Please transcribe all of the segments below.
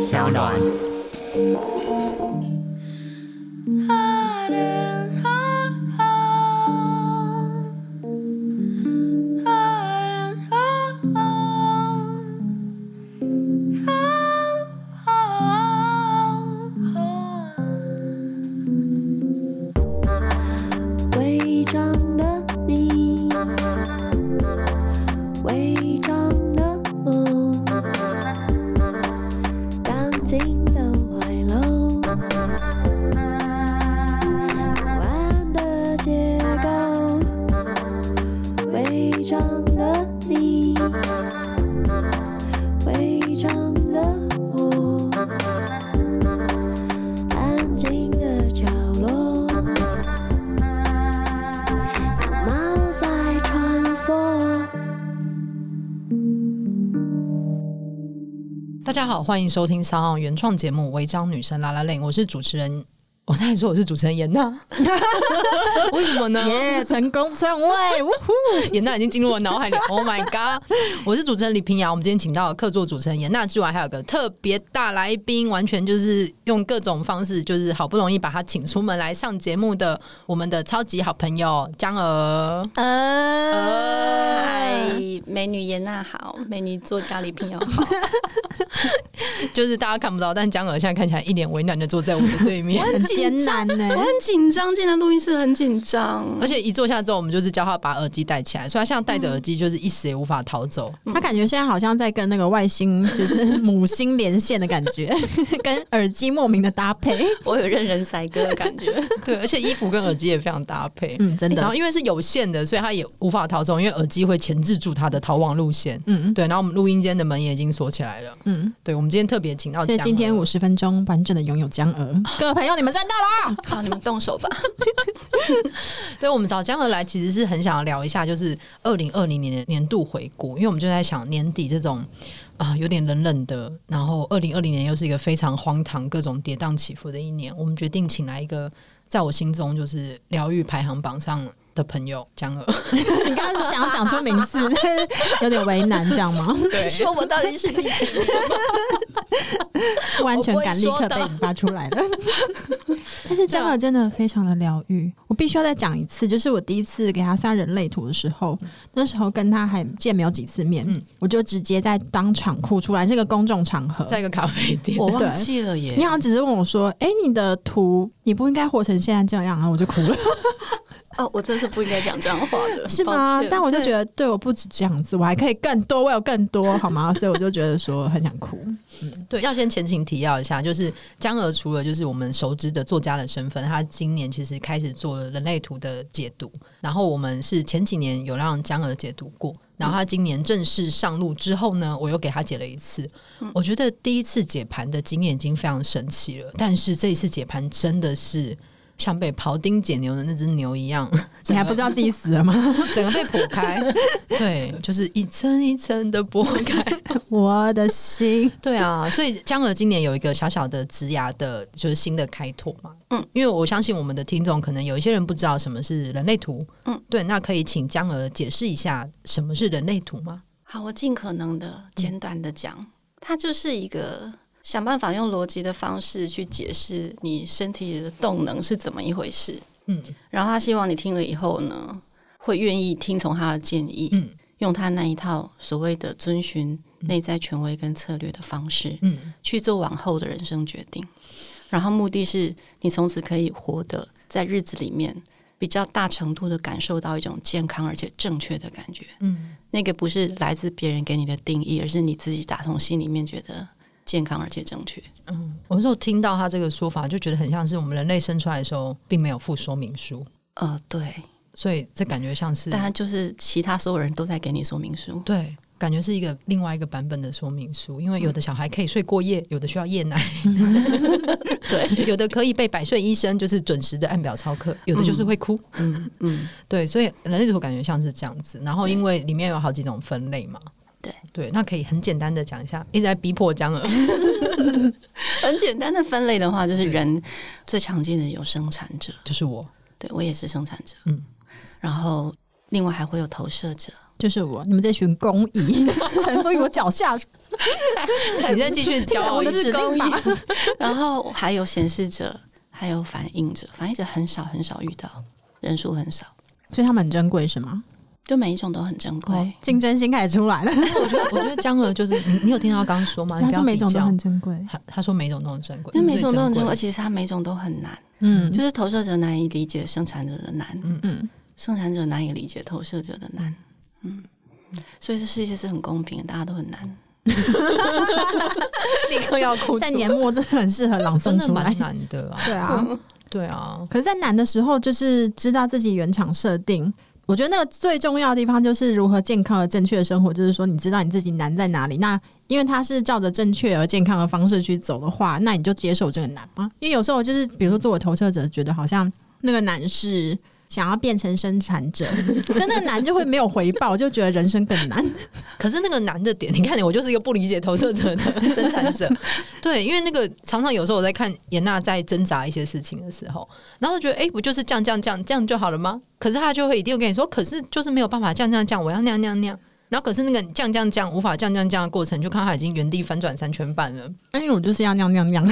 小暖。伪装的你，伪装的我，钢筋的怀楼，不安的结构，伪装的你，伪装的我，安静的角落。猫在穿梭。大家好，欢迎收听三号原创节目《违章女神拉拉链》，我是主持人，我刚才说我是主持人严娜， 为什么 呢？耶成功篡位，呜呼！ 严娜已经进入我脑 海里，Oh my god！我是主持人李平遥，我们今天请到客座主持人严娜之外，还有个特别大来宾，完全就是用各种方式，就是好不容易把他请出门来上节目的我们的超级好朋友江娥。呃呃嗨，美女严娜好，美女作家李平遥好， 就是大家看不到，但江娥现在看起来一脸为难的坐在我的对面。很艰难呢、 我很紧张，进了录音室很紧张而，且一坐下之后，我们就是叫他把耳机戴起来，所以他现在戴嗯着耳机，就是一时也无法逃走。他感觉现在好像在跟那个外星，就是母星连线的感觉， 跟耳机莫名的搭配。我有任人宰割的感觉。对，而且衣服跟耳机也非常搭配。嗯，真然的后，因为是有线的，所以他也无法逃走，因为耳机会钳制住他的逃亡路线。嗯对，然后我们录音间的门也已经锁起来了。嗯。对，我们今天特别请到所江以儿，今天五十分钟完整的拥有江 娥，各位朋友，你们赚到 了！啊好，你们动手吧。对，我们找江儿来，其实是很想要聊一下，就是二零二零年的年度回顾，因为我们就在想年底这种啊、有点冷冷的，然后二零二零年又是一个非常荒唐、各种跌宕起伏的一年，我们决定请来一个在我心中就是疗愈排行榜上的朋友江哦儿。你刚刚是想讲出名字， 有点为难，这样 吗？对说我到底是第几名？不安全感立刻被引发出来了。 但是江尔真的非常的疗愈，我必须要再讲一次，就是我第一次给他算人类图的时候，那时候跟他还见没有几次面，嗯我就直接在当场哭出来，是个公众场合。在一个咖啡店，对记了耶你好像只是问我说：“哎、你的图你不应该活成现在这样。”啊然后我就哭了， 哦，我真是不应该讲这样的话 的， 是吗抱歉？但我就觉对得，对，我不止这样子，我还可以更多，我有更多，好吗？所以我就觉得说很想哭。对，要先前情提要一下，就是江娥除了就是我们熟知的作家的身份，她今年其实开始做了人类图的解读，然后我们是前几年有让江娥解读过，然后她今年正式上路之后呢，我又给她解了一次。我觉得第一次解盘的经验已经非常神奇了，但是这一次解盘真的是。像被庖丁解牛的那只牛一样， 你还不知道自己死了吗？整个被剖开， 对，就是一层一层的剥开。我的心，对啊，所以江儿今年有一个小小的职涯的，就是新的开拓嘛。嗯嗯，因为我相信我们的听众可能有一些人不知道什么是人类图。嗯嗯，对，那可以请江儿解释一下什么是人类图吗？好，我尽可能的简短的讲，它就是一个想办法用逻辑的方式去解释你身体的动能是怎么一回事。嗯然后他希望你听了以后呢，会愿意听从他的建议，嗯用他那一套所谓的遵循内在权威跟策略的方式，嗯去做往后的人生决定。然后目的是你从此可以活得在日子里面比较大程度的感受到一种健康而且正确的感觉。嗯，那个不是来自别人给你的定义，而是你自己打从心里面觉得健康而且正确。嗯我那时候听到他这个说法，就觉得很像是我们人类生出来的时候并没有附说明书，呃，对，所以这感觉像是但它就是其他所有人都在给你说明书。对。感觉是一个另外一个版本的说明书，因为有的小孩可以睡过夜，有的需要夜奶，对，有的可以被百岁医生就是准时的按表操课，有的就是会哭。嗯嗯， 对，所以人类图感觉像是这样子，然后因为里面有好几种分类嘛。对对，那可以很简单的讲一下，一直在逼迫江儿。 很简单的分类的话，就是对人最常见的有生产者， 就是我，对我也是生产者，嗯，然后另外还会有投射者， 就是我，你们这群公益臣服于我脚下，你再继续听教我懂我一的次指令吧。 然后还有显示者，还有反应者，反应者很少很少遇到，人数很少，所以他们很珍贵是吗？就每一种都很珍贵。哦，竞争心开始出来了。我觉得，我觉得江娥就是你，你有听到刚刚说吗？你 他不说要每比种都较很。珍贵，他他说每种都很珍贵，那每种都很珍珍贵，而贵。且它每种都很难，嗯，就是投射者难以理解生产者的难，嗯嗯，生产者难以理解投射者的难。嗯，所以这世界是很公平的，大家都很难。立刻要哭在年末真的很适合朗真诵的出来蛮。难的啊。对啊，对啊，可是，在难的时候，就是知道自己原厂设定。我觉得那个最重要的地方就是如何健康而正确的生活，就是说你知道你自己难在哪里。那因为它是照着正确而健康的方式去走的话，那你就接受这个难吗？因为有时候就是，比如说作为投射者，觉得好像那个难是想要变成生产者，所以那个难就会没有回报，就觉得人生更难。可是那个难的点，你看我就是一个不理解投射者的生产者， 对，因为那个常常有时候我在看严娜在挣扎一些事情的时候，然后就觉得哎、诶不就是这样这样这样这样就好了吗？可是他就会一定会跟你说，可是就是没有办法这样这样这样，我要那样那样那样。然后可是那个这样这样这样无法这样这样这样的过程，就看他已经原地反转三圈半了， 因为我就是要酿酿酿，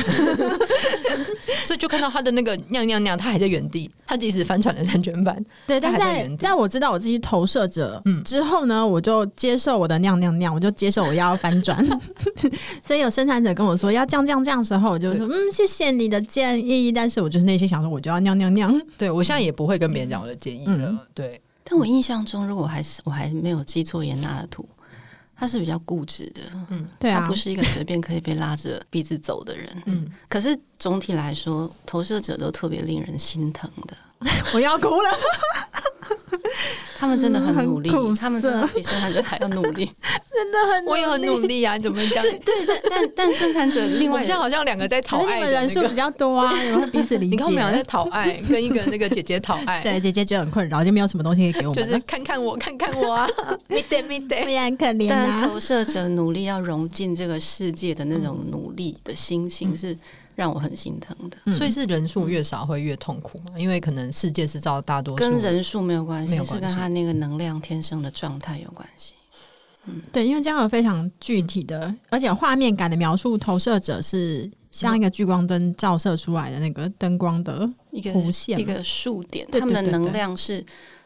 所以就看到他的那个酿酿酿，他还在原地，他即使反转了三圈半， 对，他但还在在原地在我知道我自己投射者、嗯之后呢，我就接受我的酿酿酿，我就接受我要翻 转。所以有生产者跟我说要这样这样这样的时候，我就说嗯，谢谢你的建议，但是我就是内心想说，我就要酿酿酿。对我现在也不会跟别人讲我的建议了，嗯对，但我印象中，如果我还是我还没有记错严娜的图，他是比较固执的，对他啊不，是一个随便可以被拉着鼻子走的人。 嗯，可是总体来说，投射者都特别令人心疼的，我要哭了，他们真的很努力，嗯很苦涩他们真的比生产者还要努 力。 真的 很我也很努力啊，你怎么讲？对对，但但但生产者另我外们现在好像两个在讨可是爱你的们那人数个比较多啊，你们会彼此理解。你看我们俩在讨爱，跟一个那个姐姐讨爱，对姐姐觉得很困扰，就没有什么东西可以给我们就了，是看看我， 看看我啊，没得没我得。也很可怜但啊。投射者努力要融进这个世界的那种努力的心情，是让我很心疼的。嗯所以是人数越少会越痛苦嘛，因为可能世界是照大多数跟人数没有关没有关系，系是跟他那个能量天生的状态有关系。对，因为这样有非常具体的，而且画面感的描述，投射者是像一个聚光灯照射出来的那个灯光的，一个弧线嘛一个数点，对他们的对对对能量是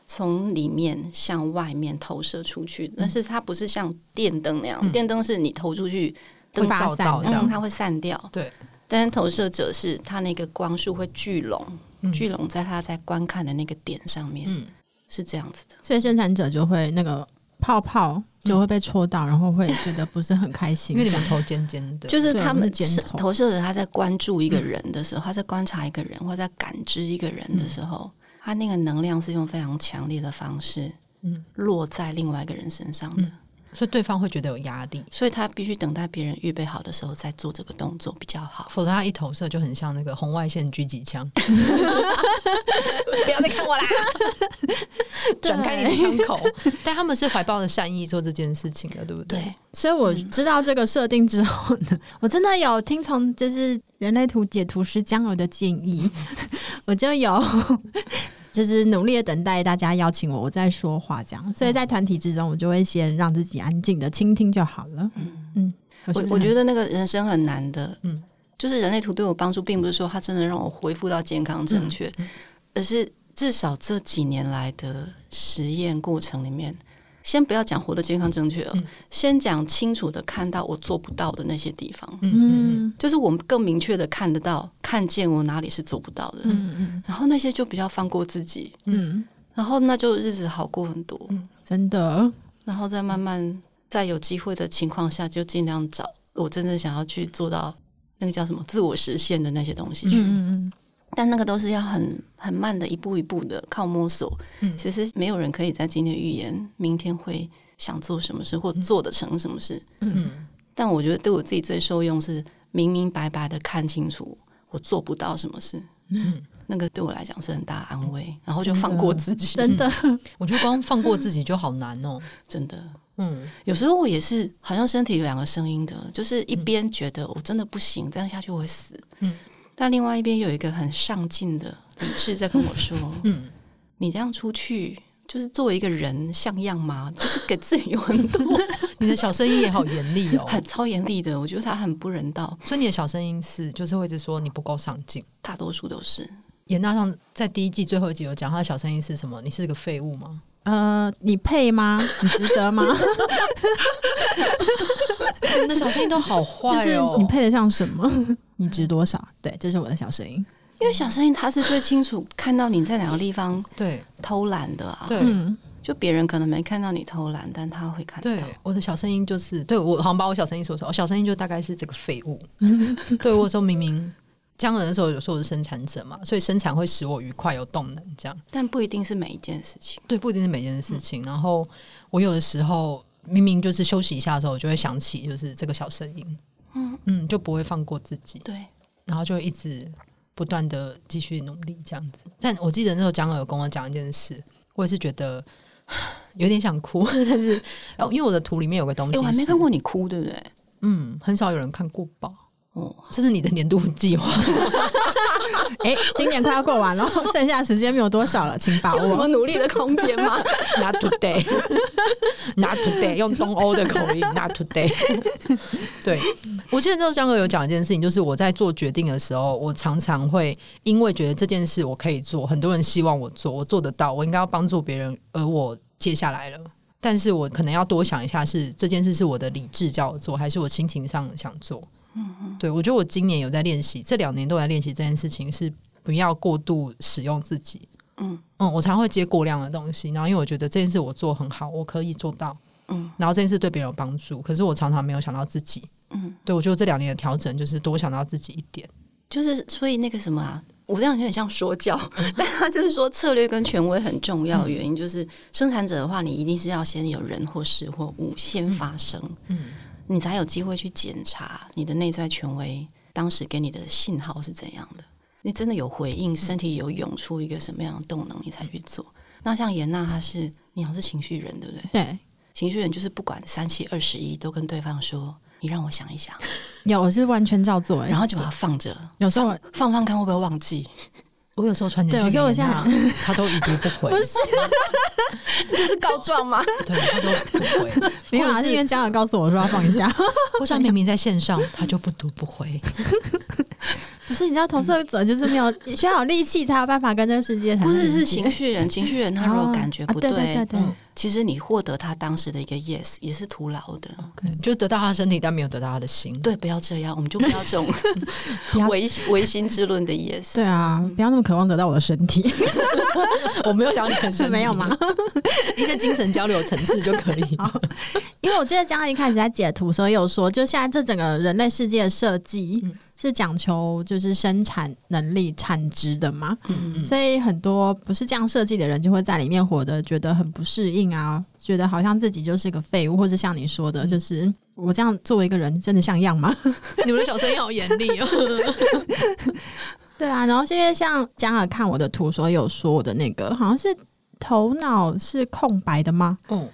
从里面向外面投射出去的，但嗯是它不是像电灯那样，嗯电灯是你投出去，会灯发照到这散然后样，它会散掉。对，但是投射者是它那个光束会聚拢，嗯聚拢在他在观看的那个点上面，嗯，是这样子的。所以生产者就会那个泡泡就会被戳到，然后会觉得不是很开心。因为你们头尖尖的，就是对他我们们是是尖头嗯投射者，他在关注一个人的时候，他在观察一个人或在感知一个人嗯的时候，他那个能量是用非常强烈的方式嗯，落在另外一个人身上的。嗯所以对方会觉得有压力，所以他必须等待别人预备好的时候再做这个动作比较好。否则他一投射就很像那个红外线狙击枪。不要再看我 啦！转开你的枪口， 但他们是怀抱着善意做这件事情的，对不对？对，所以我知道这个设定之后呢， 我真的有听从就是人类图解图师江友的建议， 我就有 就是努力的等待大家邀请我，我再说话这样。所以在团体之中，我就会先让自己安静的倾听就好了。嗯，我是不我是觉得那个人生很难的，嗯嗯，就是人类图对我帮助，并不是说它真的让我恢复到健康正确，而是至少这几年来的实验过程里面。先不要讲活得健康正确了，嗯先讲清楚的看到我做不到的那些地方，嗯嗯嗯就是我们更明确的看得到、看见我哪里是做不到的，嗯嗯然后那些就比较放过自己，嗯，然后那就日子好过很多。真的。然后再慢慢在有机会的情况下，就尽量找我真正想要去做到那个叫什么自我实现的那些东西去。嗯嗯但那个都是要很很慢的，一步一步的靠摸索。嗯其实没有人可以在今天预言明天会想做什么事或做得成什么事。嗯嗯，嗯但我觉得对我自己最受用是明明白白的看清楚我做不到什么事。嗯那个对我来讲是很大的安慰，然后就真的放过自己。真的，我觉得光放过自己就好难哦。真的，嗯，有时候我也是，好像身体有两个声音的，就是一边觉得我真的不行，这样下去我会死，嗯嗯，但另外一边又有一个很上进的理智在跟我说，嗯你这样出去就是作为一个人像样吗？ 就是给自己有很多你的小声音也好严厉 哦，很超严厉的，我觉得他很不人道，所以你的小声音是就是会一直说你不够上进。大多数都是。严大上在第一季最后一集有讲他的小声音是什么？你是个废物吗？呃，你配吗？你值得 吗？你的小声音都好坏哦，就是你配得上什么？ 你值多少？对，这是我的小声音。因为小声音他是最清楚看到你在哪个地方对偷懒的啊，对。嗯，就别人可能没看到你偷懒，但他会看到。对，我的小声音就是对我好像把我小声音说出来，哦我小声音就大概是这个废 物。对我有时候明明江人的时候，有时候我是生产者嘛，所以生产会使我愉快有动能，这样但不一定是每一件事情。对，不一定是每件嗯事情。然后我有的时候明明就是休息一下的时候，我就会想起就是这个小声音，嗯嗯，就不会放过自己，对，然后就会一直不断的继续努力这样子。但我记得那时候江儿有跟我讲一件事，我也是觉得 有点想哭，但是哦，因为我的图里面有个东西哎、是，我还没看过你哭，对不对？嗯，很少有人看过吧？ 哦，这是你的年度计划，哎、今年快要过 完了，剩下时间没有多少了，请把 有什握么。努力的空间吗？ Not today, not today，用东欧的口音，Not today。对，我记得那时候江哥有讲一件事情，就是我在做决定的时候，我常常会因为觉得这件事我可以做，很多人希望我做，我做得到，我应该要帮助别人，而我接下来了。但是我可能要多想一下是，这件事是我的理智叫我做，还是我心情上想做？嗯，对，我觉得我今年有在练习，这两年都在练习这件事情，是不要过度使用自己。嗯嗯，我常会接过量的东西，然后因为我觉得这件事我做很好，我可以做到， 嗯然后这件事对别人有帮助，可是我常常没有想到自己。嗯，对我觉得这两年的调整就是多想到自己一点。就是所以那个什么啊，我这样有点像说教， 但他就是说策略跟权威很重要。原因就是生产者的话，你一定是要先有人或事或物先发生，嗯，你才有机会去检查你的内在权威当时给你的信号是怎样的。你真的有回应，身体有涌出一个什么样的动能，你才去做。那像严娜，她是你好像是情绪人，对不对？对，情绪人就是不管三七二十一，都跟对方说：“你让我想一想。有我是完全照做、”欸，然后就把它放着，有时候我放放看会不会忘记。 我有时候传简对我讯觉得我给现在他，他都已读不回，这是告状吗？对他都不回。没有或啊，者是是因为家长告诉我说要放一下。我想明明在线上，他就不读不回。 不是，你知道，投射者就是没有，你需要有力气才有办法跟这个世界 谈。不是，是情绪人，情绪人他如果感觉啊不对对对，嗯其实你获得他当时的一个 yes 也是徒劳的。对，就得到他的身体，但没有得到他的心。对，不要这样，我们就不要 这种要唯唯心之论的 yes。 对，啊，不要那么渴望得到我的身体，我没有想到你很 是生 没有气吗？？一些精神交流层次就可 以。因为我记得江一开始在解图的时候也有说，就现在这整个人类世界的设计嗯是讲求就是生产能力、产值的嘛，嗯所以很多不是这样设计的人就会在里面活得觉得很不适应啊，觉得好像自己就是个废物，或者像你说嗯的，就是嗯我这样作为一个人真的像样吗？ 你们的小声音好严厉哦。 对啊，然后是因为像江尔看我的图的时候有说我的那个好像是头脑是空白的吗？嗯，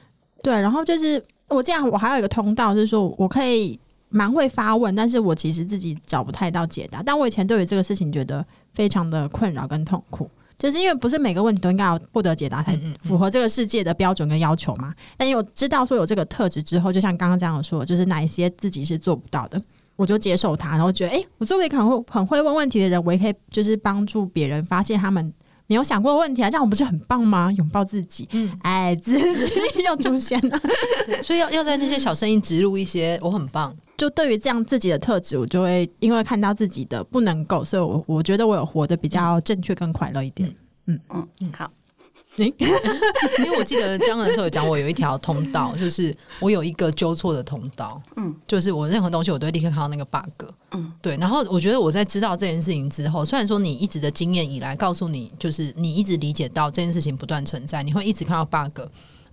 对，然后就是我这样，我还有一个通道，就是说我可以蛮会发问，但是我其实自己找不太到解答。但我以前对于这个事情觉得非常的困扰跟痛苦，就是因为不是每个问题都应该要获得解答才嗯嗯嗯符合这个世界的标准跟要求嘛。但有知道说有这个特质之后，就像刚刚这样说，就是哪一些自己是做不到的。我就接受它，然后觉得，诶，我作为一个很会很会问问题的人，我也可以就是帮助别人发现他们没有想过的问题啊，这样我不是很棒吗？拥抱自己，嗯 哎，自 己又出现了。所以要要在那些小声音植入一些我很棒，就对于这样自己的特质，我就会因为看到自己的不能够，所以我我觉得我有活得比较正确跟快乐一点。嗯，好，诶，因为我记得江的时候有讲，我有一条通道，就是我有一个纠错的通道，嗯就是我任何东西我都会立刻看到那个 bug，嗯对。然后我觉得我在知道这件事情之后，虽然说你一直的经验以来告诉你，就是你一直理解到这件事情不断存在，你会一直看到 bug。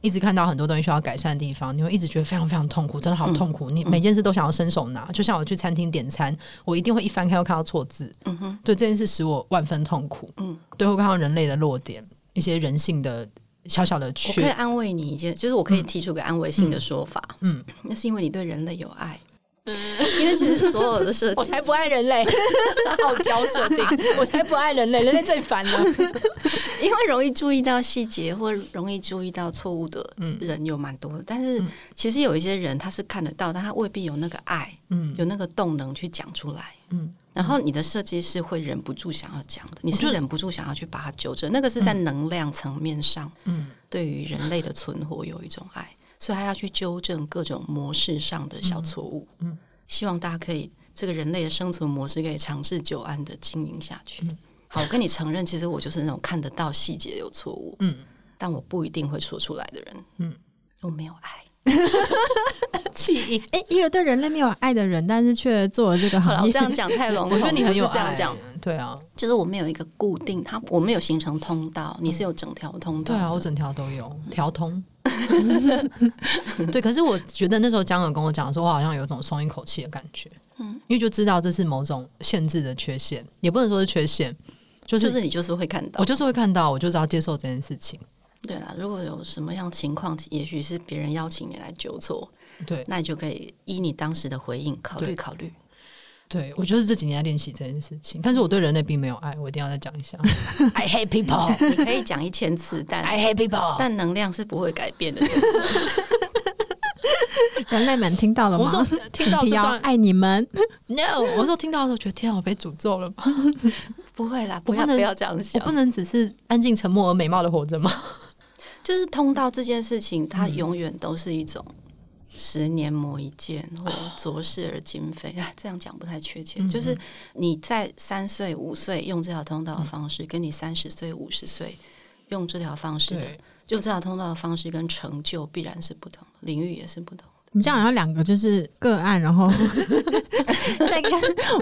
一直看到很多东西需要改善的地方，你会一直觉得非常非常痛苦，真的好痛苦。嗯你每件事都想要伸手拿，就像我去餐厅点餐，我一定会一翻开又看到错字，嗯哼，对这件事使我万分痛苦。嗯，对，会看到人类的弱点，一些人性的小小的我可以缺。嗯安慰你一件，就是我可以提出个安慰性的说法，嗯，那是因为你对人类有爱。因为其实所有的 设我定，才不爱人类，傲娇设定， 我才不爱人类，人类最烦啊了。因为容易注意到细节或容易注意到错误的嗯人有蛮多的，但是其实有一些人他是看得到，但他未必有那个爱，嗯有那个动能去讲出来。嗯，然后你的设计师会忍不住想要讲的，你是忍不住想要去把它纠正，那个是在能量层面上，嗯，对于人类的存活有一种爱，所以他要去纠正各种模式上的小错误。嗯希望大家可以这个人类的生存模式可以长治久安的经营下嗯去。好，我跟你承认，其实我就是那种看得到细节有错误，嗯，但我不一定会说出来的人。嗯嗯，我没有爱。 气音。哎、一个对人类没有爱的人，但是却做了 这个好了，行我业，这样讲太笼 统，我觉得你很有不是这样爱讲，，对啊，就是我们有一个固定，它我们有形成通道，你是有整条通道嗯对的。啊，我整条都有调通。对，可是我觉得那时候江尔跟我讲说，我好像有一种松一口气的感觉，嗯，因为就知道这是某种限制的缺陷，也不能说是缺陷，就、就是是你就是会看到我。就是会看到，我就是要接受这件事情。对啦，如果有什么样情况，也许是别人邀请你来纠错，对那你就可以依你当时的回应考对虑考虑。对，我就是这几年在练习这件事情，但是我对人类并没有爱，我一定要再讲一下。I hate people, 你可以讲一千次， 但 I hate people。但能量是不会改变的。 人类们听到了我吗？说听到这要段爱你们， no，我说听到的时候觉得天啊，我被诅咒了吧？ 不会啦，我不要不能不要这样我想不。能只是安静、沉默而美貌的活着 吗？就是通道这件事情，它永远都是一种十年磨一剑，或浊世而今非。 哎，这样讲不太确切。就是你在三岁、五岁用这条通道的方式，跟你三十岁、五十岁用这条方式的，用这条通道的方式跟成就必然是不同的，领域也是不同的。我们这样好像两个就是个案，然 后在跟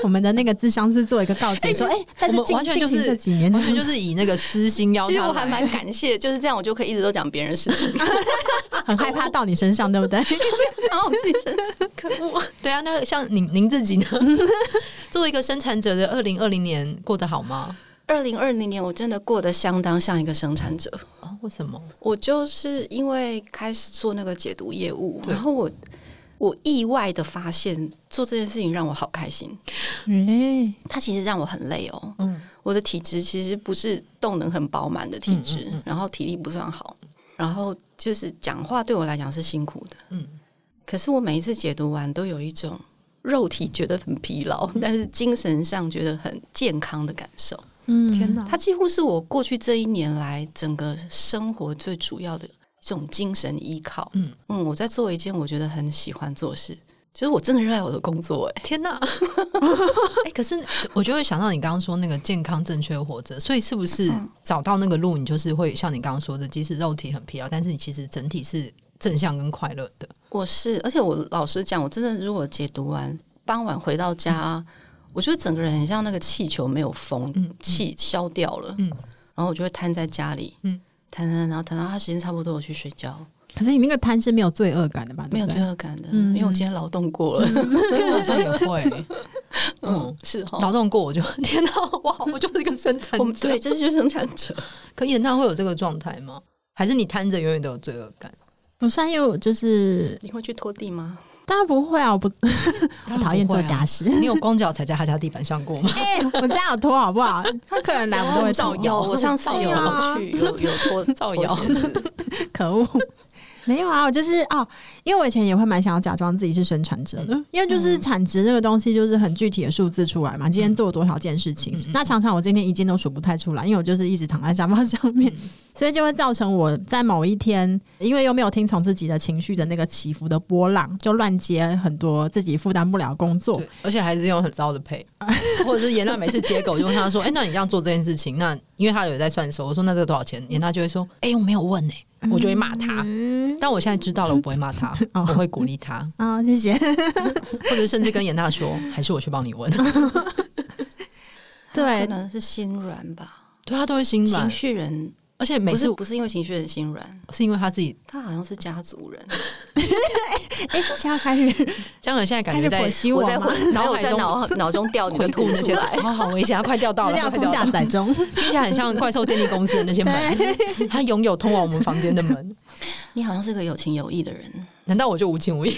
我们的那个智商是做一个告诫，说哎、但我是们近完全近就期是这几年，完全就是以那个私心邀其实他 我还来 蛮感谢，就是这样，我就可以一直都讲别人事情，很害怕到你身上，对 不对？讲到我自己身上， 可 恶。对啊。那像您您自己呢？ 作为一个生产者的二零二零年过得好吗？二零二零年，我真的过得相当像一个生产者。哦，为什么？我就是因为开始做那个解读业务，对然后我我意外的发现做这件事情让我好开心。嗯，它其实让我很累哦，嗯我的体质其实不是动能很饱满的体质，嗯嗯嗯然后体力不算好，然后就是讲话对我来讲是辛苦的。嗯，可是我每一次解读完，都有一种肉体觉得很疲劳，嗯但是精神上觉得很健康的感受。嗯天，哪！它几乎是我过去这一年来整个生活最主要的一种精神依靠。嗯嗯嗯，我在做一件我觉得很喜欢做的事，就是我真的热爱我的工作、欸。天 哪！哎、可是我就会想到你刚刚说那个健康正确活着，所以是不是找到那个路，你就是会像你刚刚说的，即使肉体很疲劳，但是你其实整体是正向跟快乐的。我是，而且我老实讲，我真的如果解读完傍晚回到家，我觉得整个人很像那个气球没有风，嗯气消掉了，嗯然后我就会瘫在家里，嗯嗯，瘫瘫，然后瘫到他时间差不多，我去睡觉，可是你那个贪是没有罪恶感的吧？没有对不罪对恶感的，嗯因为我今天劳动过了，我好像也 会，嗯 嗯，是哈，劳动过我就 天哪，我好，我就是一个生产我们者。对，这就是生产者。可演唱会有这个状态吗？还是你摊着永远都有罪恶感？不算，因为我就是 你会去拖地吗？当然不会啊，我不 我我讨厌做家。事。你有光脚踩在他家地板上过吗？ 哎、我家有拖好不好？客人来我都会拖，有，我上次有啊去有 有脱造脱谣鞋 子，可恶。 没有啊，我就是哦，因为我以前也会蛮想要假装自己是生产者的，因为就是产值这个东西就是很具体的数字出来嘛，今天做了多少件事情，那常常我今天一件都数不太出来，因为我就是一直躺在沙发上面， 所以就会造成我在某一天，因为又没有听从自己的情绪的那个起伏的波浪，就乱接很多自己负担不了的工作对，，而且还是用很糟的配，或者是严娜每次接狗就问他说：“哎、那你这样做这件事情，那因为他有在算收，我说那这个多少钱？”严娜就会说：“哎、我没有问呢、我就会骂他。 但我现在知道了，我不会骂他，哦我会鼓励他，啊、谢谢。或者甚至跟严娜说：“还是我去帮你问。可对，能是心软吧。”对他都会心软情，绪人而且每不次是不是因为情绪人心软，是因为他自己。他好像是家族人。哎、 现在开 始江尔现在感开始觉剖在析我在吗？然后我海在中 脑 脑中调你的回顾图那出些，来。好好危险啊！快掉到资了，料快库掉到下了载中，听起来很像怪兽电力公司的那些门，它拥有通往我们房间的门。你好像是个有情有义的人，难道我就无情无义？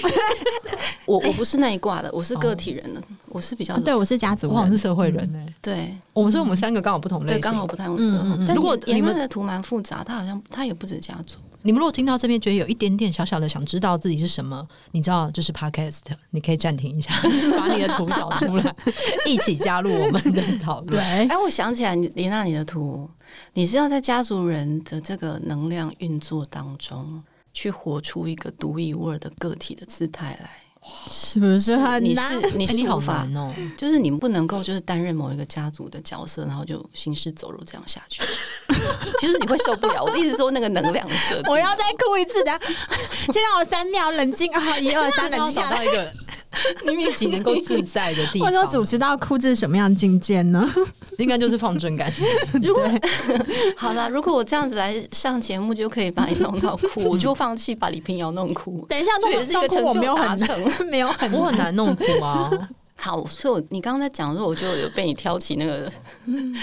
我我不是那一挂的，我是个体人的，我是比较对我是甲子我好像文是，社会人呢、对嗯我们说我们三个刚好不同类对，型，刚好不太嗯嗯嗯但如果你你们的图蛮复杂，它好像它也不止家族，你们如果听到这边觉得有一点点小小的想知道自己是什么，你知道就是 podcast，你可以暂停一下， 把你的图找出来，一起加入我们的讨论。对，哎，我想起来，你林娜，你的图，你是要在家族人的这个能量运作当中，去活出一个独一无二的个体的姿态来。是不是啊很你难？是你哎是你好无法，难哦，就是你不能够就是担任某一个家族的角色，然后就行尸走肉这样下去，其实你会受不了。我的意思是说那个能量的设定， 我要再哭一次的，先让我三秒冷静啊！一二 三，你冷要静找下来。到一个自己能够自在的地我方，说主持到哭这是什么样的境界呢？应该就是放正感情。 如果 好啦，如果我这样子来上节目，就可以把你弄到哭，我就放弃把李平遥弄哭。 等一下，这也是一个成弄哭我就没有达很成。难， 没有很我难很难弄哭啊，好，所以我你刚刚在讲的时候，我就有被你挑起那个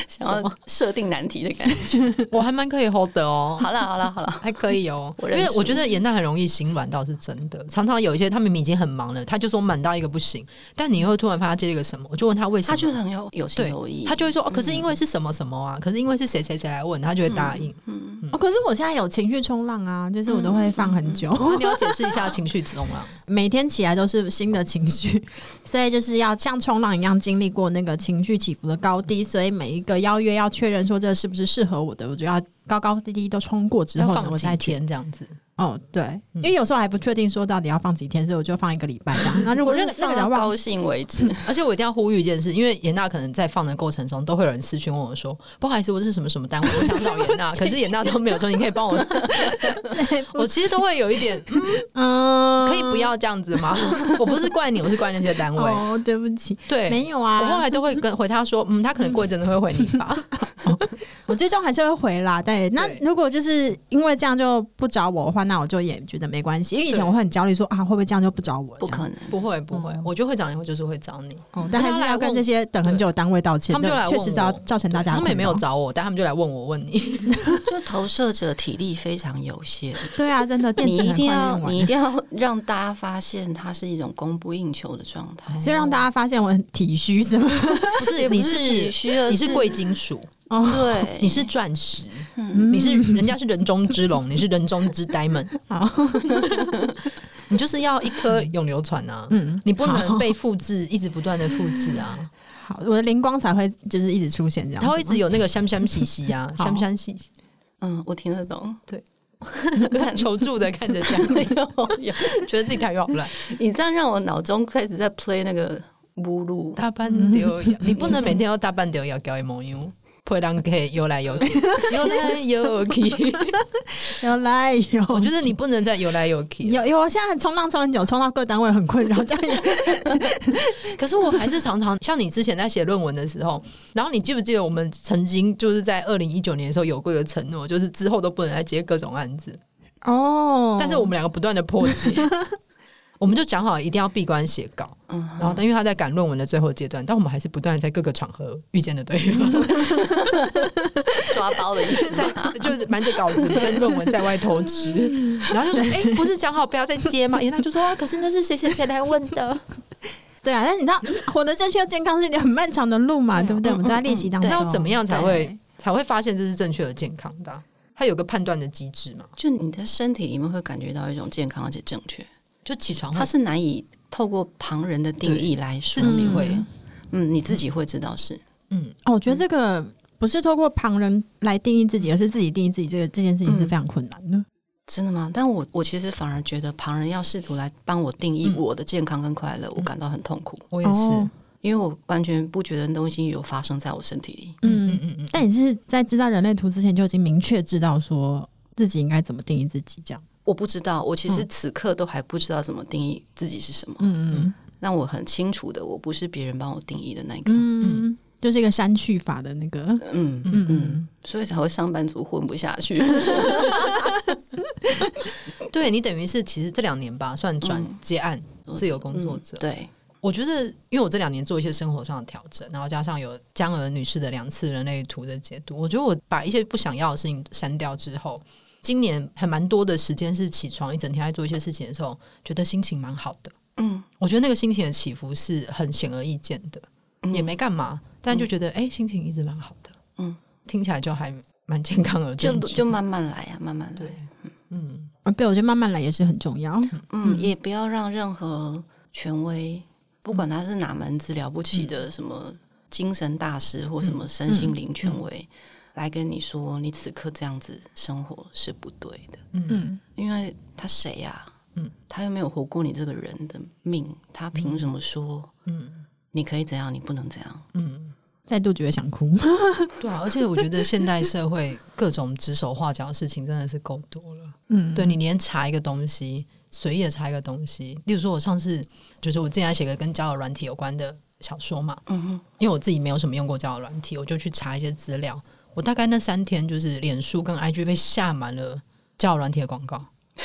想要设定难题的感觉。我还蛮可以 hold 的哦。好啦，好啦， 好啦，还可以哦，我因认为我输觉得严娜很容易心软，倒是真的。常常有一些他明明已经很忙了，他就说满到一个不行，但你又会突然发现接了一个什么，我就问他为什么，他就很有有情对有义，他就会说、哦，可是因为是什么什么啊，可是因为是谁谁谁来问，他就会答应。嗯，哦。可是我现在有情绪冲浪啊，就是我都会放很久，那你要解释一下情绪中啊， 每天起来都是新的情绪，所以就是要像冲浪一样经历过那个情绪起伏的高低，所以每一个邀约要确认说这是不是适合我的，我就要高高低低都冲过之要后呢，放我几再去。天这样子，哦，对，嗯因为有时候还不确定说到底要放几天，所以我就放一个礼拜 这样。那如我果就那是个那放个人到忘高兴为止。而且我一定要呼吁一件事，因为严娜可能在放的过程中，都会有人私讯问我说，不好意思，我是什么什么单位，我想找严娜，可是严娜都没有说，你可以帮我， 我其实都会有一点，嗯嗯，可以不要这样子吗？ 我不是怪你，我是怪那些单位，哦，对不起，对，没有啊，我后来都会跟回他说，嗯，他可能过一阵子会回你吧。我最终还是会回啦。对，那对如果就是因为这样就不找我的话，那我就也觉得没关系，因为以前对我会很焦虑说啊，会不会这样就不找我？不这样可能， 不会不会，我觉得会长以后就是会找你。哦，但还他是来要跟问这些等很久的单位道歉，他们就对来确问实造我造成大家的他们也没有困扰找我，但他们就来问我问 你，就投射者体力非常有 限，对啊， 真的电你池一很定快要用完你一定要让大家发现它是一种供不应求的状态，所以让大家发现我很体虚什么不是你是需要你是贵金属，哦， 对，你是钻石，嗯你是人家是人中之龙，你是人中之 diamond，好，你就是要一颗永流传啊。嗯，你不能好被复制，一直不断的复制啊！好，我的灵光才会就是一直出现这样子它吗，会一直有那个香香兮兮 啊，好香香兮兮，嗯，我听得懂，求助的看着 这样，觉得自己台语好烂。你这样让我脑中开始在 play 那个目 录，大半丢呀，你不能每天都大半丢要搞一模一样，不会让 K 游来游 去，游来游去。有来有，我觉得你不能再游来游去。有有，我现在冲浪冲很久，冲到各单位很困扰，这样 也可是我还是常常像你之前在写论文的时候，然后你记不记得我们曾经就是在二零一九年的时候有过一个承诺，就是之后都不能再接各种案子，哦，但是我们两个不断的破 解。我们就讲好一定要闭关写稿，嗯然后但因为他在赶论文的最后阶段，但我们还是不断地在各个场合遇见了对方。抓包的意思在就是瞒着稿子跟论文在外偷吃，然后就说：“哎、不是讲好不要再接 吗？”严娜就说啊：“可是那是谁谁谁来问的对啊，但是你知道，活得正确又健康是一条很漫长的路嘛，啊对不嗯对？我们都在练习当？”中，那要怎么样才会对？才会发现这是正确的健康的啊、它有个判断的机制嘛？就你的身体里面会感觉到一种健康而且正确，就起床它是难以透过旁人的定义来说自己明会的，嗯，你自己会知道是，嗯，哦，我觉得这个不是透过旁人来定义自己，而是自己定义自己，这个这件事情是非常困难的。真的吗？但我我其实反而觉得旁人要试图来帮我定义嗯我的健康跟快乐，我感到很痛苦，我我也是，因为我完全不觉得那东西有发生在我身体里。嗯嗯嗯。嗯嗯，但你是在知道人类图之前就已经明确知道说自己应该怎么定义自己，这样。我不知道，我其实此刻都还不知道怎么定义自己是什么。嗯让我很清楚的，我不是别人帮我定义的那个。嗯嗯嗯，就是一个删去法的那个。嗯嗯嗯嗯，所以才会上班族混不下去。嗯对你等于是其实这两年吧，算转嗯接案、自由工作嗯者。对，我觉得，因为我这两年做一些生活上的调整，然后加上有江娥女士的两次人类图的解读，我觉得我把一些不想要的事情删掉之后，今年还蛮多的时间是起床一整天在做一些事情的时候，觉得心情蛮好的。嗯，我觉得那个心情的起伏是很显而易见的，也没干嘛，但就觉得哎、诶心情一直蛮好的。嗯，听起来就还蛮健康而就正确就慢慢来啊，慢慢来。嗯啊，对，我觉得慢慢来也是很重要。嗯，也不要让任何权威，不管他是哪门子了不起的什么精神大师或什么身心灵权威，来跟你说你此刻这样子生活是不对的，嗯嗯，因为他谁呀、嗯，他又没有活过你这个人的命，他凭什么说嗯你可以怎样，你不能怎样？嗯，再度觉得想哭。对啊，而且我觉得现代社会各种指手画脚的事情真的是够多了。嗯，对你连查一个东西，随意的查一个东西，例如说，我上次就是我之前还写个跟交友软体有关的小说嘛，嗯哼，因为我自己没有什么用过交友软体，我就去查一些资料。我大概那三天就是脸书跟 IG 被下满了交友软体的广告，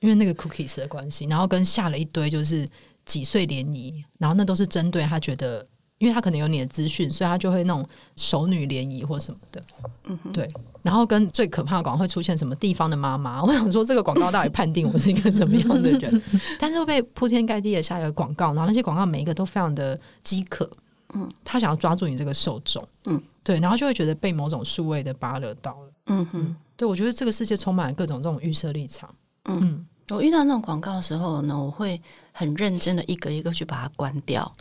因为那个 cookies 的关系，然后跟下了一堆就是几岁联谊，然后那都是针对他觉得，因为他可能有你的资讯，所以他就会那种熟女联谊或什么的。嗯哼，对，然后跟最可怕的广告会出现什么地方的妈妈？ 我想说，这个广告到底判定我是一个什么样的 人？但是被铺天盖地的下一个广告，然后那些广告每一个都非常的饥渴，嗯，他想要抓住你这个受众，嗯，对，然后就会觉得被某种数位的芭乐到了。嗯哼。对，我觉得这个世界充满了各种这种预设立场。嗯，我遇到那种广告的时候呢，我会很认真的一个一个去把它关掉，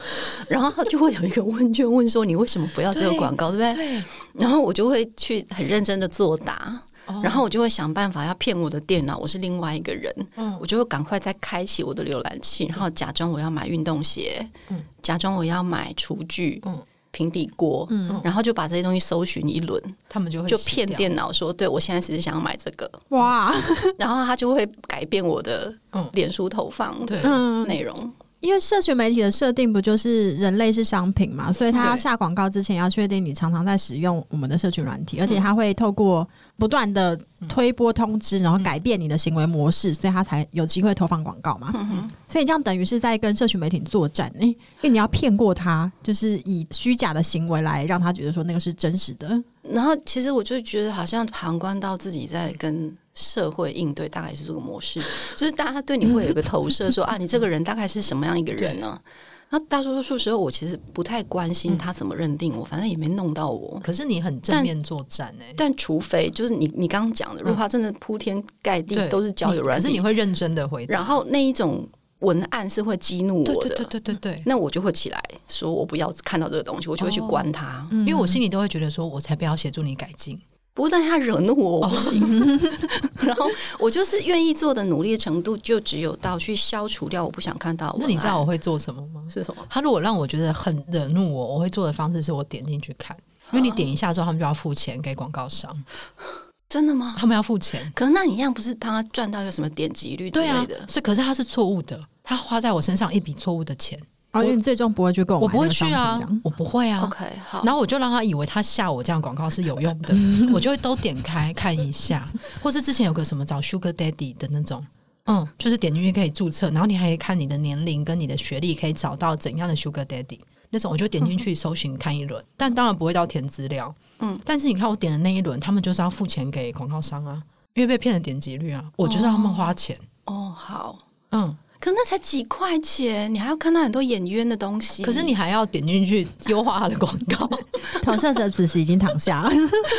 然后它就会有一个问卷问说你为什么不要这个广告，对不对？对，然后我就会去很认真的作答，哦然后我就会想办法要骗我的电脑，我是另外一个人，嗯我就会赶快再开启我的浏览器，然后假装我要买运动鞋，嗯假装我要买厨具，嗯平底锅，嗯然后就把这些东西搜寻一轮，他们就会就洗骗掉，电脑说，对我现在只是想要买这个，哇，然后它就会改变我的嗯脸书投放对的嗯，内容。因为社群媒体的设定不就是人类是商品嘛，所以它对要下广告之前要确定你常常在使用我们的社群软体，而且它会透过不断的嗯推播通知，然后改变你的行为模式，所以它才有机会投放广告嘛。嗯哼，所以你这样等于是在跟社群媒体作战，诶，因为你要骗过他，就是以虚假的行为来让他觉得说那个是真实的。然后其实我就觉得好像旁观到自己在跟社会应对，大概也是这个 模式，就是大家对你会有一个投射说，啊，你这个人大概是什么样一个人呢、那大多数时候，我其实不太关心嗯他怎么认定我，反正也没弄到我。可是你很正面作战哎、但除非就是你你刚刚讲的，如果他真的铺天盖地嗯对，都是交友你软可是你体，会认真的回答，然后那一种文案是会激怒我的，对对对对对对，那我就会起来说我不要看到这个东西，我就会去哦关它。因因为我心里都会觉得说，我才不要协助你改进。不过，但他惹怒我，我不行。哦 然后我就是愿意做的努力的程度，就只有到去消除掉我不想看到的文那案。你知道我会做什么吗？是什么？他如果让我觉得很惹怒我，我会做的方式是我点进去看，因为你点一下之后，他们就要付钱给广告 商，真的吗？他们要付钱。可是那你一样不是帮他赚到一个什么点击率之对啊类的，？所以可是他是错误的，他花在我身上一笔错误的钱，而且你最终不会去购买哦我不会那个商去品啊这样， 我不会啊。 OK，好。然后我就让他以为他下我这样广告是有用 的，我就会都点开看一 下，或是之前有个什么找 Sugar Daddy 的那种，嗯，就是点进去可以注册，然后你还可以看你的年龄跟你的学历，可以找到怎样的 Sugar Daddy 那种，我就点进去搜寻看一轮，但当然不会到填资料，嗯嗯，但是你看我点的那一轮，他们就是要付钱给广告商啊，因为被骗的点击率啊，我就让他们花钱，哦，好。嗯，可那才几块钱，你还要看到很多眼冤的东西。可是你还要点进去优化他的广告，投射者此时已经躺下，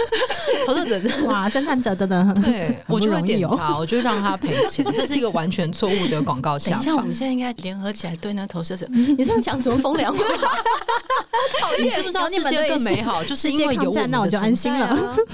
投射者真的哇，生产者真的 很对，不我就会容易点哦他，我就让他赔钱，这是一个完全错误的广告等想一下，我法。们现在应该联合起来对那投射 者。你这样讲什么风凉话？ 讨你厌是不是要你世们界对更世美好？就是世因界为抗有战们那我的就存安心在了啊。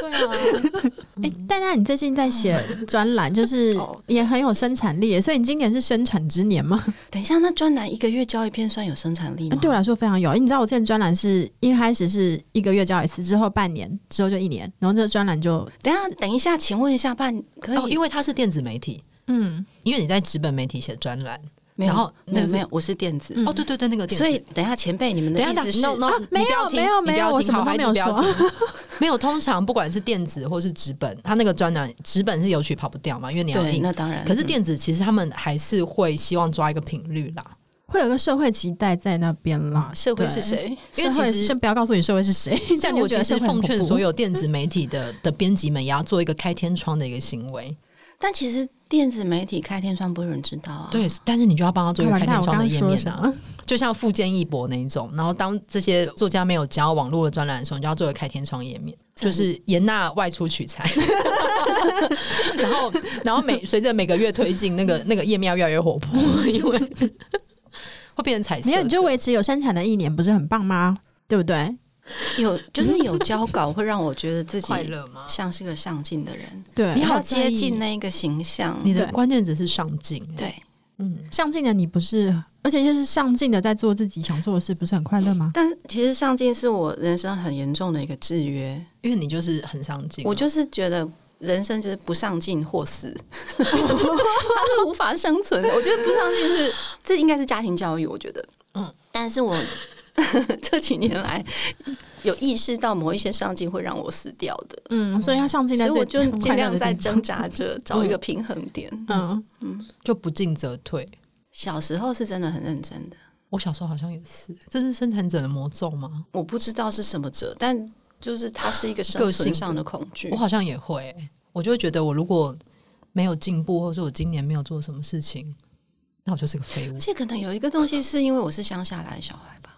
对啊，哎、蛋蛋，你最近在写专 栏，就是哦也很有生产力耶，所以你今年是生产之年 吗？啊等一下，那专栏一个月交一篇算有生产啊力吗？对我来说非常有。因为你知道我之前专栏是一开始是一个月交一次，之后半年，之后就一年，然后这个专栏就等一下，等一下，请问一下，办可以？哎哦因为它是电子媒体，嗯因为你在纸本媒体写专栏。没有，然后那没个有，是没有，我是电子。嗯哦，对对对，那个电子所以等一下，前辈，你们的等一意下思是，no no，啊嗯没你不要有听没有你不没要有，我听什么好都孩没子有不要说听。没有，通常不管是电子或是纸本，它那个专栏纸本是有取跑不掉嘛，因为你要对，嗯印。那当然。嗯可是电子其实他们还是会希望抓一个频率啦，会有个社会期待在那边哦啦。社会是对？谁？因为社会其实先不要告诉你社会是谁，这但样你我就觉其实得社会很奉劝恐怖所有电子媒体的的编辑们，也要做一个开天窗的一个行为。但其实电子媒体开天窗不会有人知道啊。对，但是你就要帮他做一个完开蛋天我刚窗的刚页说面什啊，么？ 就像富坚义博那一种。然后当这些作家没有交网络的专栏的时候，你就要做一个开天窗页面， 就是严娜外出取材。 然后，然后每随着每个月推进，那 个那个页面要越来越活泼， 因为会变成彩色的。没有，你就维持有生产的一年，不是很棒吗？对不对？有就是有交稿，会让我觉得自己快乐吗？像是个上进的人，对，你好要在接意近那一个形象。你的对关键词是上进、欸对，嗯，上进的你不是，而且就是上进的在做自己想做的事，不是很快乐吗？但其实上进是我人生很严重的一个制约。因为你就是很上进啊、我就是觉得人生就是不上进或死，他是无法生存的。我觉得不上进是这应该是家庭教育，我觉得， 嗯嗯，但是我这几年来有意识到某一些上进会让我死掉的，嗯，所以要上进所的，以我就尽量在挣争。扎着找一个平衡点。嗯，嗯，就不进则退。小时候是真的很认真的，我小时候好像也是，这是生产者的魔咒吗？我不知道是什么者，但就是它是一个生个性存的上的恐惧我。好像也会欸、我就会觉得我如果没有进步，或是我今年没有做什么事情，那我就是个废物。这可能有一个东西是因为我是乡下来的小孩吧。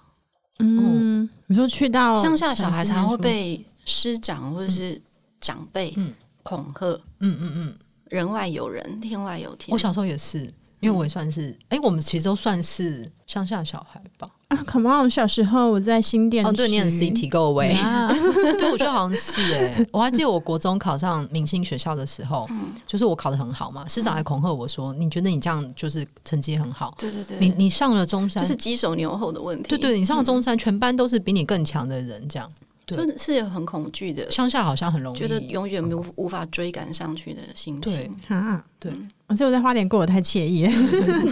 嗯，你说去到哦乡下小孩市常念会书被师长或者是长辈嗯恐吓，嗯嗯嗯，人外有人，天外有天。我小时候也是，因为我也算嗯是，哎、我们其实都算是乡下小孩吧。啊，Come on，小时候我在新店哦，对，区念 CT go away，、啊，对，我觉得好像是哎、我还记得我国中考上明星学校的时候，嗯就是我考的很好嘛，师长还恐吓我说，你觉得你这样就是成绩很好，对对对，你你上了中山，就是嗯鸡手牛后的问题。对对，，你上了中山，全班都是比你更强的人，这样对就是是有很恐惧的，乡下好像很容易嗯觉得永远无无法追赶上去的心对情。啊，对，所以我在花莲过得太惬意了，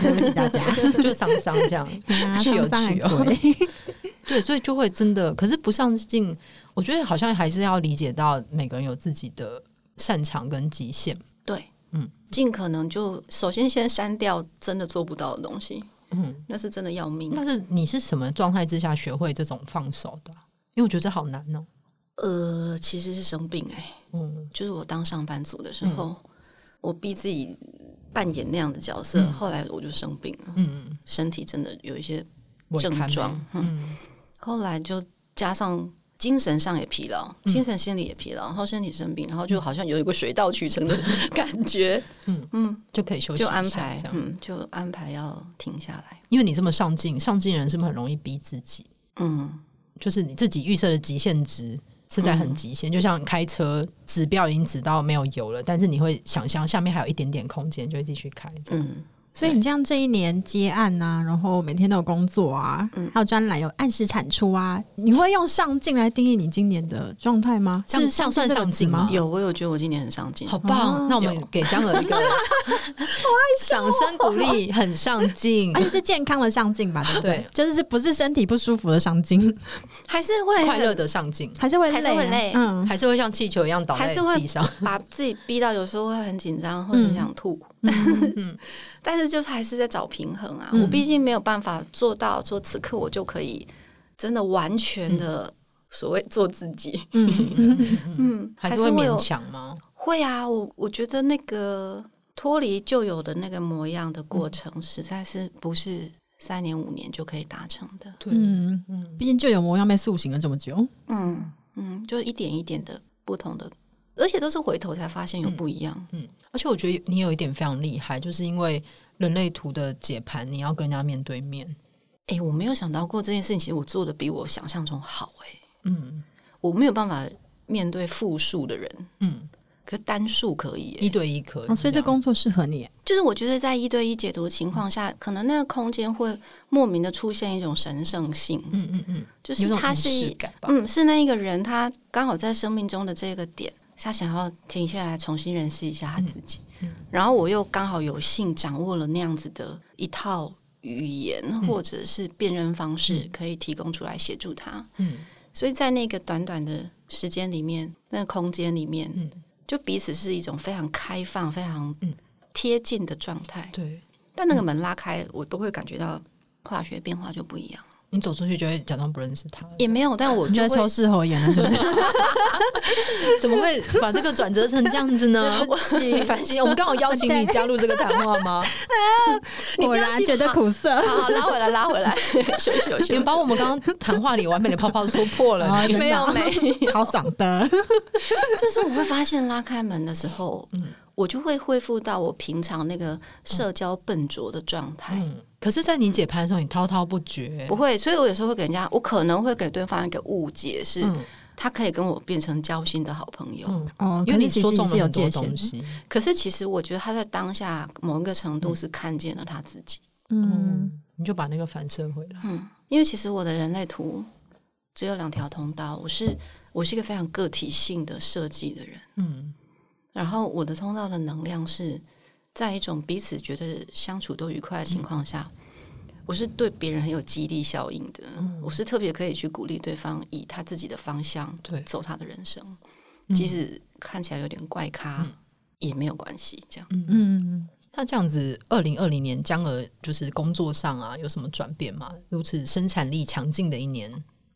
对不起大家。 就丧丧这样，啊去有上山去很有贵对，所以就会真的，可是不上进，我觉得好像还是要理解到每个人有自己的擅长跟极限。对，嗯嗯，尽可能就首先先删掉真的做不到的东西，嗯，那是真的要命。但是你是什么状态之下学会这种放手的啊？因为我觉得这好难哦、呃，其实是生病哎、嗯，就是我当上班族的时候，我逼自己扮演那样的角色，后来我就生病了，嗯，身体真的有一些，我也看症状没嗯后来就加上精神上也疲劳，嗯精神心理也疲劳，然后身体生病，然后就好像有一个水到渠成的 感觉，就可以休息一就下安排这，样。嗯，就安排要停下来，因为你这么上进，上进人是不是很容易逼自己？嗯，就是你自己预设的极限值是在很极嗯限，就像开车指标已经指到没有油了，但是你会想象下面还有一点点空间，就会继续开。这样嗯，所以你这样这一年接案呐、然后每天都有工作啊，嗯还有专栏有按时产出啊，你会用上进来定义你今年的状态吗？这样是这样算这个上词进吗有，我有觉得我今年很上进，好棒！哦 那我们给江儿一个掌声鼓励，很上进 而，且是健康的上进吧，对不对？ 对，就是是不是身体不舒服的上进， 还是会快乐的上进，还是会累、还啊，是会累嗯，还是会像气球一样倒在还是会地上。 把自己逼到有时候会很紧张，会嗯很想吐，但是就是还是在找平衡啊。嗯我毕竟没有办法做到说此刻我就可以真的完全嗯的所谓做自己，嗯，嗯，还是会有勉强吗？会啊。我我觉得那个脱离旧有的那个模样的过嗯程，实在是不是三年五年就可以达成的。对，嗯，嗯毕竟就有模样被塑形了这么久，嗯嗯，就一点一点的不同的，而且都是回头才发现有不一样。嗯。而且我觉得你有一点非常厉害，就是因为人类图的解盘，你要跟人家面对面。哎、我没有想到过这件事情，其实我做的比我想象中好哎、嗯我没有办法面对复数的人，嗯，可是单数可以耶、一对一可以哦，所以这样工作适合你，就是我觉得在一对一解读的情况下，可能那个空间会莫名的出现一种神圣性，嗯嗯嗯，就有是种他仪是式感吧。嗯，是那一个人他刚好在生命中的这个点，他想要停下来重新认识一下他自己，嗯然后我又刚好有幸掌握了那样子的一套语言嗯或者是辨认方式，可以提供出来协助他。嗯所以在那个短短的时间里面，那个空间里面，嗯就彼此是一种非常开放、非常嗯贴近的状态。对，但那个门拉开，我都会感觉到化学变化就不一样。你走出去就会假装不认识他，也没有，但我 你就在会抽事后眼了是不是？怎么会把这个转折成这样子呢？你反省，我们刚好邀请你加入这个谈话吗？你 果不要然去觉得怕苦 涩。好好拉回来，拉回 来，休息休息。你们把我们刚刚谈话里完美的泡泡戳破了，哦你真的没有 没有，好爽的，就是我会发现拉开门的时候，我就会恢复到我平常那个社交笨拙的状态。嗯，可是，在你解盘的时候，你滔滔不绝，不会，所以我有时候会给人家，我可能会给对方一个误解，是嗯他可以跟我变成交心的好朋友。嗯，哦因为你其说实中是了有很多界限东，西，可是其实我觉得他在当下某一个程度是看见了他自己。嗯，嗯，你就把那个反射回来，嗯，因为其实我的人类图只有两条通道，我是我是一个非常个体性的设计的人，嗯然后我的通道的能量是在一种彼此觉得相处都愉快的情况下。我是对别人很有激励效应的，嗯我是特别可以去鼓励对方以他自己的方向对嗯走他的人生，即使看起来有点怪咖、也没有关系。这样，嗯，那这样子，二零二零年江儿就是工作上啊有什么转变吗？如此生产力强劲的一年，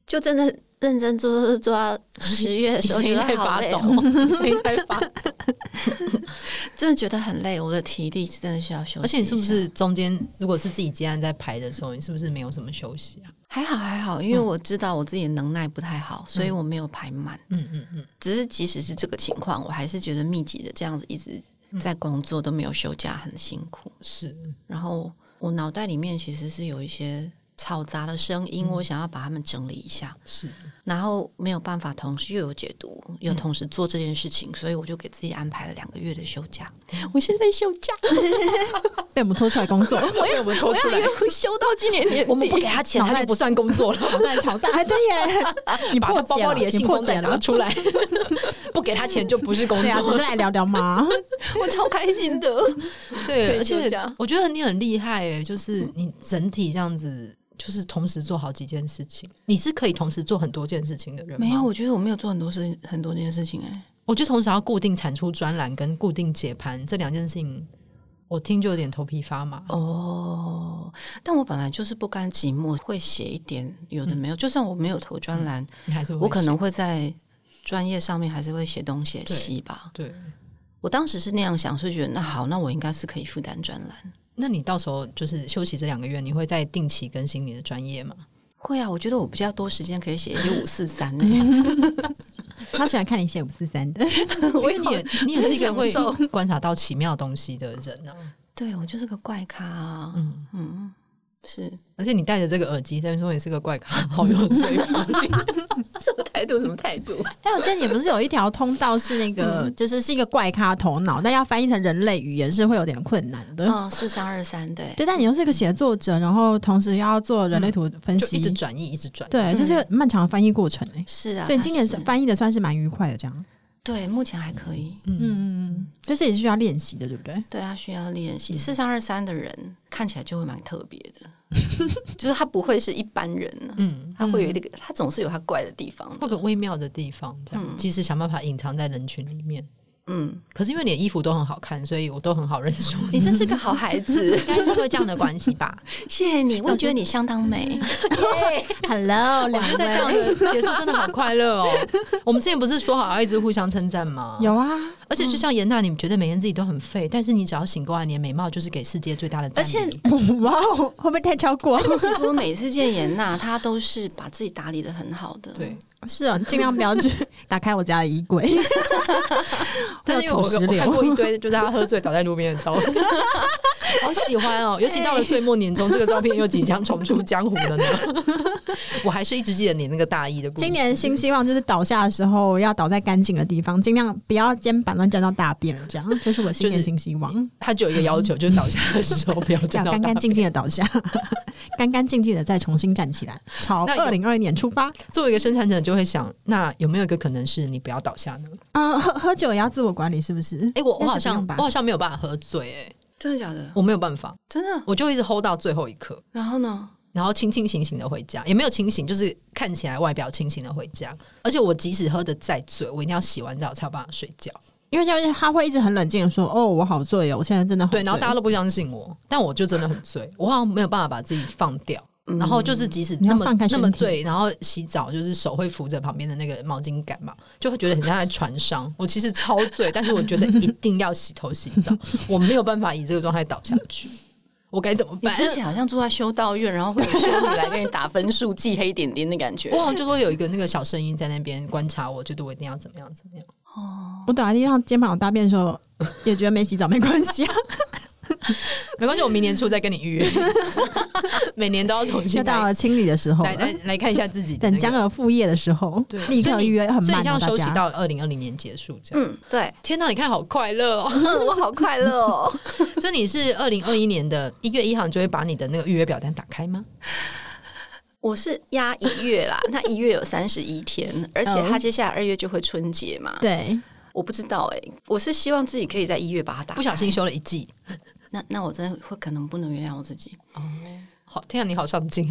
就真的认真做做做到十月的时 候，你觉声音得在好发累、抖哦，，你声音在发抖， 真的觉得很累，我的体力真的需要休息。而且你是不？是中间如果是自己接案在排的时候，你是不是没有什么休息啊？还好还好，因为我知道我自己的能耐不太好，所以我没有排满。嗯嗯嗯，只是即使是这个情况，我还是觉得密集的这样子一直在工作都没有休假，很辛苦。是，然后我脑袋里面其实是有一些嘈杂的声音，我想要把它们整理一下，是，然后没有办法同时又有解读，又同时做这件事情，所以我就给自己安排了两个月的休假。我现在休假，被我们拖出来工作，我要我要有休到今年年底。我们不给他钱，脑袋他就不算工作了。脑袋吵大，哎，对耶，你把破他包解包了，里的你信破封解再拿了，出 来，不给他钱就不是工对啊，只是作。来聊聊嘛， 我超开心的。对，对而且就这样我觉得你很厉害诶，就是你整体这样子，就是同时做好几件事情，你是可以同时做很多件事情的人吗没有，，我觉得我没有做很多事，很多件事情哎、我觉得同时要固定产出专栏跟固定解盘这两件事情，我听就有点头皮发麻。哦，但我本来就是不甘寂寞，会写一点有的没有。就算我没有投专栏，你还是会我可能写会在专业上面还是会写东写西吧。对。我当时是那样想，是觉得那好，那我应该是可以负担专栏。那你到时候就是休息这两个月，你会再定期更新你的专业吗？会啊，我觉得我比较多时间可以写一五四三超喜欢看你写五四三 的，我因为你 也你也是一个会观察到奇妙东西的人啊，对我就是个怪咖、啊，嗯嗯，是而且你戴着这个耳机在那边说你是个怪咖，好 有说服力。 什么态度？什么态度？还有这里不是有一条通道是那个，就是是一个怪咖头脑，但要翻译成人类语言是会有点困难的。嗯，四三二三，对，对，但你又是个写作者，然后同时又要做人类图分嗯就析，一直转嗯译，一直转。，对，这是个漫长的翻译过程哎、是啊。所以它今年是翻译的算是蛮愉快的，这样，对，目前还可以。嗯，嗯嗯，所以这也是需要练习的，对不对？对他需要练习。四三二三的人看起来就会蛮特别的， 就是他不会是一般人、啊，嗯他会有一个，他总是有他怪的地方或的。个微妙的地方，这样，嗯即使想办法隐藏在人群里面。嗯，可是因为你的衣服都很好看，所以我都很好认出你，你真是个好孩 子，应该是会这样的关系吧？ 谢谢你，我觉得你相当 美。 Hello，我两觉得位在这样的结束真的好快乐哦。 我们之前不是说好要一直互相称赞吗？，有啊，而且就像严娜，你们觉得每天自己都很废，但是你只要醒过来，你的美貌就是给世界最大的赞而美。且 哇哦，会不会太超过？其实我每次见严娜，她都是把自己打理的很好的。对，，是啊，尽量 不要去打开我家的衣柜，但是因为我会我有土石看 流过一堆，就是他喝醉倒在路边的照片， 好喜欢哦！尤其到了岁末年终，这个照片又即将重出江湖了呢。 我还是一直记得你那个大意的故事。今年新希望就是倒下的时候要倒在干净的地方，尽量不要肩膀乱沾到大便，这样这是我新年新希 望。他只有一个要求，就是倒下的时候不要这沾样到干干净净的倒 下，干干净净的再重新站起来，朝那有二零二一年出发。作为一个生产者，就会想，那有没有一个可能是你不要倒下呢？嗯，喝喝酒也要自我管理，是不是？哎、我我但是好不像用吧我好像没有办法喝醉、哎，真的假的？我没有办法，真的。我就一直 hold 到最后一刻，然后呢？然后清清醒醒的回家，也没有清醒，就是看起来外表清醒的回家。而且我即使喝的再醉，我一定要洗完澡才有办法睡觉。因为教练他会一直很冷静的说：“哦，我好醉哦，我现在真的好醉。”对，然后大家都不相信我，但我就真的很醉，我好像没有办法把自己放掉。然后就是即使嗯你要那么放开那身么体醉，然后洗澡就是手会扶着旁边的那个毛巾杆嘛，就会觉得很像在船上。我其实超醉，但是我觉得一定要洗头洗 澡，我没有办法以这个状态倒下去，我该怎么你办？听起来好像住在修道院，然后 会有修女来给你打分数、记黑点点的感觉。我好像就会有一个那个小声音在那边观察我，觉得我一定要怎么样怎么样。我倒在地上，肩膀有大便的时候，也觉得没洗澡没关系 啊，没关系，我明年初再跟你 预约，每年都要重新就到来了清理的时候来来了。来看一下自己的等那江个。儿副业的时候对，， 立所刻以你预约很所以慢这哦，样休息大家。到二零二零年结束这样。嗯，对，嗯天哪，你看好快乐 哦！我好快乐哦。 所以你是二零二一年的一月一号，你就会把你的那个预约表单打开吗？我是压一月啦，那一月有三十一天，而且他接下来二月就会春节嘛。对，我不知道哎、我是希望自己可以在一月把它打开。不小心休了一季，那那我真的会可能不能原谅我自己，好，天啊，你好上 进，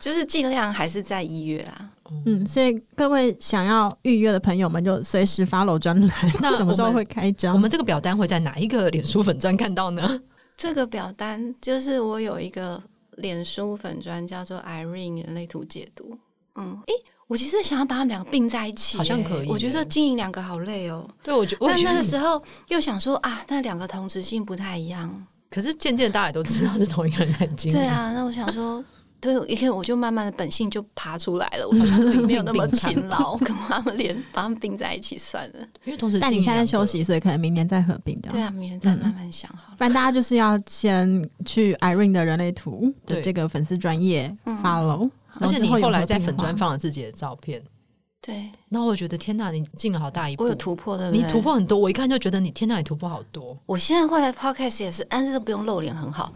就是尽量还是在一月啦。嗯，所以各位想要预约的朋友们，就随时 follow 专栏那， 什么时我候们会开张？我们这个表单会在哪一个脸书粉专看到呢？这个表单就是我有一个脸书粉专叫做 Irene 人类图解读，嗯，诶，我其实想要把他们两个并在一起、好像诶可以我觉得耶经营两个好累哦。 对，我觉我但觉那得个你时候又想说啊，那两个同质性不太一样，可是渐渐大家也都知道是同一个人在经营，对，啊，那我想说，对，一看我就慢慢的本性就爬出来了，我就是没有那 么勤劳，跟他们连把他们并在一起算了。因为同时但经你营现在两休个息，所以可能明年再合并这样。对啊，明天再慢慢想好了。嗯不然大家就是要先去 Irene 的人类图的对嗯这个粉丝专业 follow，、啊而且你然后之有后来合在并粉的话砖，放了自己的照片，对，那我觉得天哪，你进了好大一步，我有突破，对不对？你突破欸很多，我一看就觉得你天哪，你突破好多。我现在后来 podcast 也是，但是都不用露脸，很好。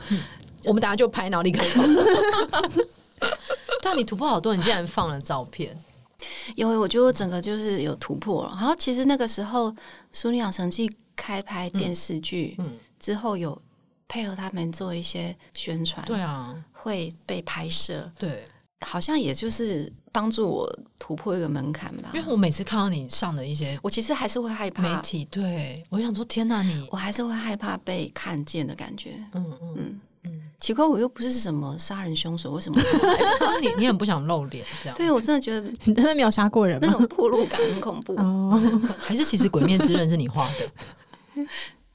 我们等下就拍，然后立刻放。 但你突破好多，你竟然放了照片，因为我觉得我整个就是有突破了。然后其实那个时候《淑女养成记》开拍电视剧、嗯，之后，有配合他们做一些宣传，对，啊，会被拍摄，对，好像也就是帮助我突破一个门槛吧。因为我每次看到你上的一些我其实还是会害媒怕，体，对我想说，天哪，你，我还是会害怕被看见的感觉。嗯嗯，嗯嗯奇怪，我又不是什么杀人凶手，为什 么？就是你你很不想露脸这样，对我真的觉得你 真的没有杀过人那吗？种暴露感很恐 怖。 哦，还是其实《鬼面之刃》是你画 的？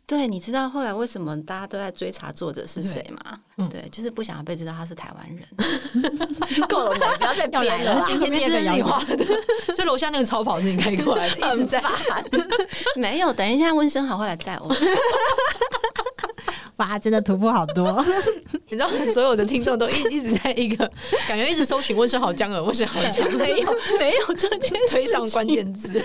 对，你知道后来为什么大家都在追查作者是谁吗？嗯对，就是不想要被知道他是台湾人。 够了，不要再又来编了啊 了啦。今天这这是个你谣画的，所以楼下那个超跑是你开过来 的，一直在没有。等一下，温生好会来载我。哇，真的突破好 多，你知道，所有的听众都一一直在一个感觉一直搜寻温生豪江儿，温生豪江儿没有，没有这件事推上关键字。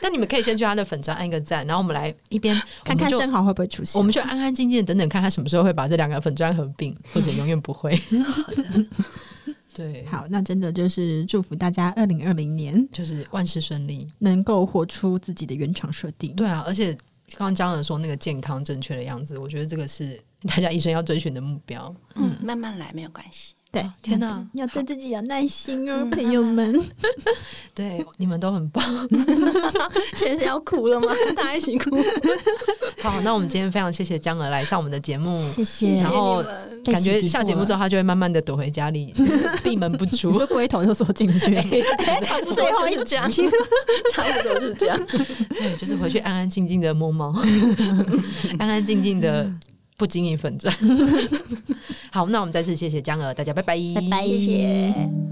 但你们可以先去他的粉砖按一个赞，然后我们来一边看看我们生就蚝会不会出现？我们就安安静静地等等看他什么时候会把这两个粉砖合并，或者永远不会。对，，好，那真的就是祝福大家二零二零年就是万事顺利。能够活出自己的原厂设定。对啊，而且刚刚江儿说那个健康正确的样子，我觉得这个是大家一生要追寻的目标。 嗯，慢慢来，没有关系。对，天哪，要对自己有耐心哦，嗯朋友们。对，你们都很棒。 现在是要哭了吗？ 大家一起哭。好，那我们今天非常谢谢江儿来上我们的节目，谢谢然后 谢谢你们感觉下节目之后，他就会慢慢的躲回家里，闭门不出你。说龟头就缩进去，差不最后多一就是这样，集 差不多是这样。对，就是回去安安静静的摸猫，安安静静的不 经营粉砖。好，那我们再次谢谢江儿，大家拜拜，拜拜，谢谢。